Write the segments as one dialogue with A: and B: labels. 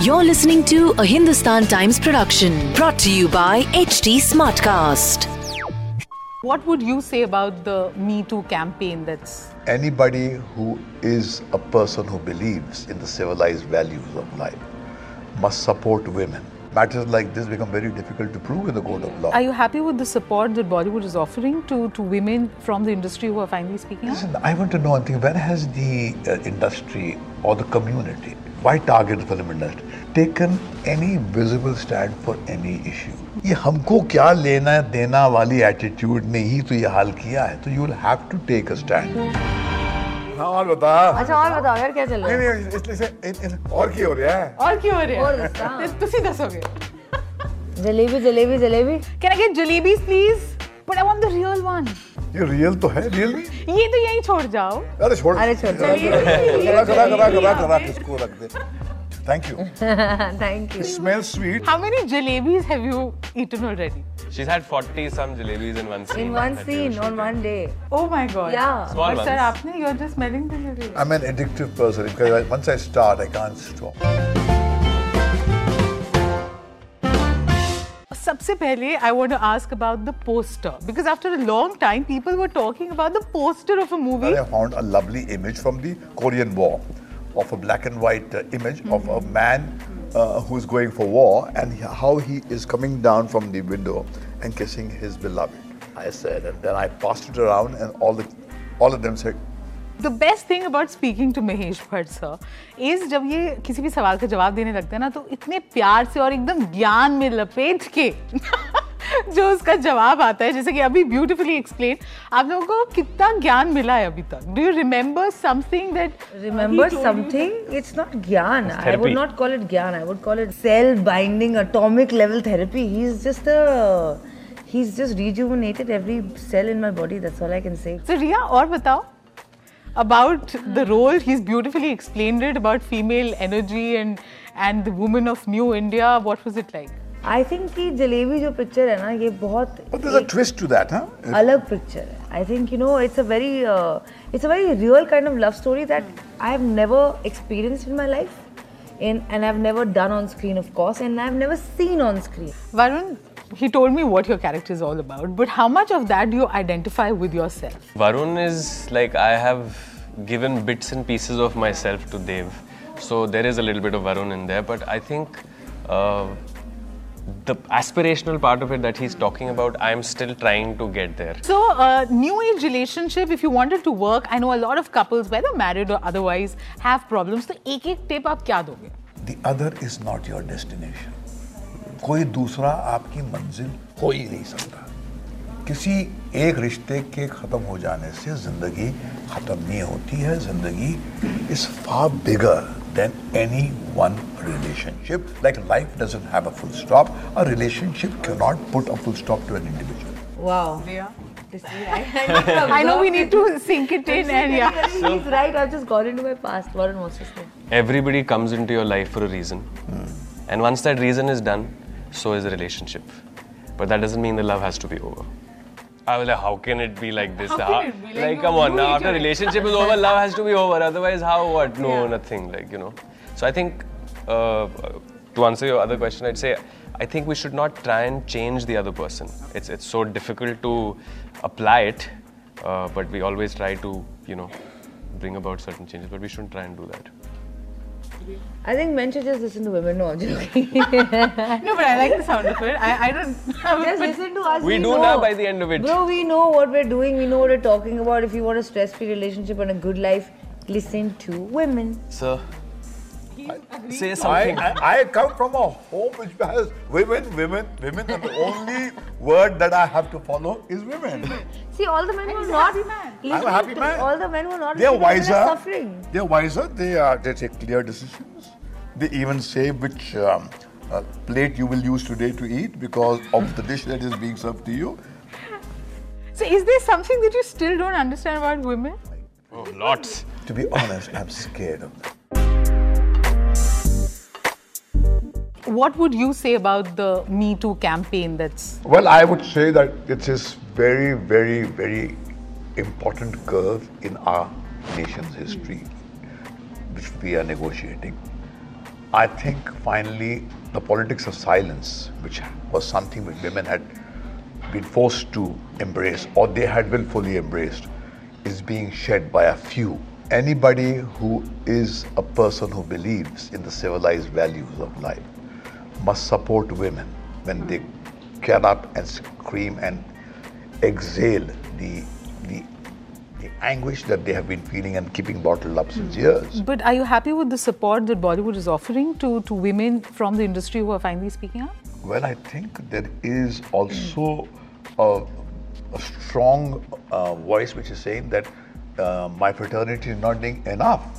A: You're listening to a Hindustan Times production brought to you by HT Smartcast.
B: What would you say about the Me Too campaign that's
C: anybody who is a person who believes in the civilized values of life must support women. Matters like this become very difficult to prove in the court of law.
B: are you happy with the support that Bollywood is offering to, to women from the industry who are finally speaking out?
C: Listen, I want to know one thing. Where has the uh, industry or the community, why target the film industry, taken any visible stand for any issue? ये हमको क्या लेना देना वाली attitude ने ही तो ये हाल किया है तो you will have to take a stand और बता
D: अच्छा और बताओ यार क्या चल रहा है
C: और क्या हो रहा है
B: और क्यों हो
D: और
B: रहे
D: दस्ता।
B: तुसी दसोगे
D: jalebi jalebi jalebi
B: Can I get jalebis please? But I want the real one.
C: ये रियल तो है रियल नहीं
B: ये तो यहीं छोड़ जाओ.
C: अरे छोड़
D: अरे छोड़ दो।
C: रख रख रख रख रख इसको रख दे thank you
D: thank you
C: smell sweet
B: How many jalebis have you eaten already?
E: She's had 40 some jalebis in one scene.
D: In one
E: that we were
D: scene on
E: shooting.
D: One day
B: Oh my god.
D: Yeah.
E: Small
B: But sir,
E: ones.
B: आपने you're just smelling the jalebi.
C: I am an addictive person because once I start I can't stop
B: सबसे पहले I want to ask about the poster because after a long time people were talking about the poster of a movie.
C: I found a lovely image from the Korean War of a black and white uh, image of
D: Mm-hmm.
C: a man uh, who's going for war and he- how he is coming down from the window and kissing his beloved. I said, and then I passed it around, and all the all of them said,
B: The best thing about speaking to Mahesh Bhatt sir is जब ये किसी भी सवाल का जवाब देने लगता है ना तो इतने प्यार से और एकदम ज्ञान में लपेट के जो उसका जवाब आता है जैसे कि अभी ब्यूटिफुली एक्सप्लेन आप लोगों को कितना ज्ञान मिला है अभी तक do you remember something that
D: remember something it's not gyan I would not call it gyan I would call it cell binding atomic level therapy he is just he is just rejuvenated every cell in my body that's all I can say
B: So Ria, और बताओ about the role he's beautifully explained it about female energy and and the women of new India. What was it like?
D: I think कि जलेबी जो picture है ना ये बहुत
C: but Oh, there's a twist to that, huh?
D: अलग picture है I think you know it's a very it's a very real kind of love story that I have never experience in my life in and I have never done on screen of course and I have never seen on screen
B: Varun, he told me what your character is all about, but how much of that do you identify with yourself?
E: Varun is like, I have given bits and pieces of myself to Dev. So there is a little bit of Varun in there, but I think uh, the aspirational part of it that he's talking about, I'm still trying to get there.
B: So, uh, new age relationship, if you wanted to work, I know a lot of couples, whether married or otherwise, have problems. So, एक एक tip आप क्या दोगे?
C: The other is not your destination. कोई दूसरा आपकी मंजिल हो ही नहीं सकता किसी एक रिश्ते के ख़त्म हो जाने से ज़िंदगी ख़त्म नहीं होती है ज़िंदगी is far bigger than any one relationship like life doesn't have a full stop a relationship can not put a full stop to an individual
D: Wow.
B: Yeah.
D: This is- I, I
B: I know we need to sink it in and yeah.
D: He's right. I've just gone into my past. Warren wants to say.
E: Everybody comes into your life for a reason. And once that reason is done, so is the relationship. But that doesn't mean the love has to be over. I was like, how can it be like this?
B: How can it be? Like,
E: like
B: you
E: come on,
B: do
E: now
B: each
E: after
B: other.
E: relationship is over, love has to be over. Otherwise, how, what? No, nothing. Like, you know. So I think, uh, uh, to answer your other question, I'd say, I think we should not try and change the other person. It's, it's so difficult to apply it, uh, but we always try to, you know, bring about certain changes, but we shouldn't try and do that.
D: I think men should just listen to women. No, I'm joking.
B: No, but I like the sound of it. I, I don't.
D: just listen to us.
E: We do
D: know.
E: now by the end of it.
D: Bro, we know what we're doing. We know what we're talking about. If you want a stress-free relationship and a good life, listen to women.
E: Sir, say
C: I,
E: something.
C: I, I come from a home which has women, women, women, and the only word that I have to follow is women.
D: See, all the men were
B: he's a
D: not.
B: happy man.
D: listening
C: I'm a happy
D: to-
C: man.
D: All the men were not.
C: They're
D: listening to women
C: wiser.
D: Suffering.
C: They're wiser. They are. They take clear decisions. They even say which um, uh, plate you will use today to eat because of the dish that is being served to you.
B: So is there something that you still don't understand about women?
E: Oh, lots.
C: To be honest, I'm scared of them.
B: What would you say about the Me Too campaign that's
C: Well, I would say that it is very, very, very important curve in our nation's history, which we are negotiating. I think finally the politics of silence, which was something which women had been forced to embrace or they had willfully embraced, is being shed by a few. Anybody who is a person who believes in the civilized values of life must support women when they get up and scream and exhale the, the, the anguish that they have been feeling and keeping bottled up since years.
B: but are you happy with the support that Bollywood is offering to, to women from the industry who are finally speaking up?
C: Well, I think there is also a, a strong uh, voice which is saying that uh, my fraternity is not doing enough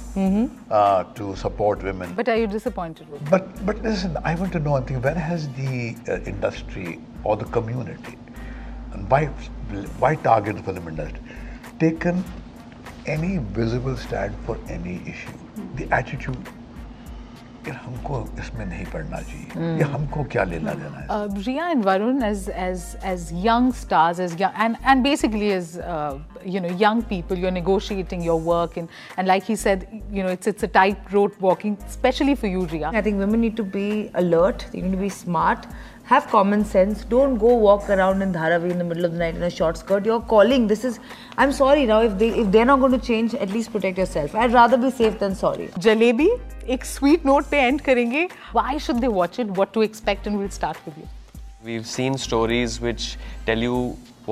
C: uh, to support women.
B: But are you disappointed with it?
C: But but listen, I want to know one thing. Where has the uh, industry or the community, and why why target the film industry, taken any visible stand for any issue? The attitude. यार हमको इसमें नहीं पढ़ना चाहिए या हमको क्या लेना देना है
B: Uh, Riya and Varun as as as young stars, as young and, and basically as uh, you know young people, you're negotiating your work and and like he said, you know it's it's a tight road walking, especially for you, Riya.
D: I think women need to be alert, they need to be smart, have common sense. Don't go walk around in Dharavi in the middle of the night in a short skirt. You're calling. This is I'm sorry now if they if they're not going to change, at least protect yourself. I'd rather be safe than sorry.
B: Jalebi एक sweet note पे end करेंगे why should they watch it what to expect and will start with you
E: We've seen stories which tell you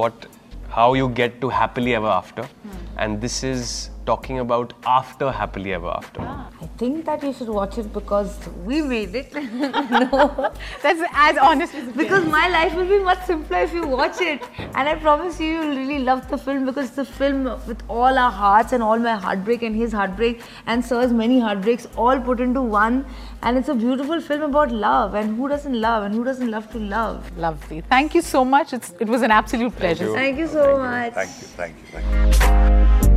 E: what, how you get to happily ever after, and this is talking about after happily ever after.
D: I think that you should watch it because we made it. no.
B: That's as honest
D: Because my life will be much simpler if you watch it. And I promise you, you'll really love the film because it's a film with all our hearts and all my heartbreak and his heartbreak and Sir's many heartbreaks all put into one. And it's a beautiful film about love and who doesn't love and who doesn't love to love.
B: lovely thank you so much it's, it was an absolute pleasure
D: Thank you so much.
C: Thank you, thank you, thank you.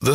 F: The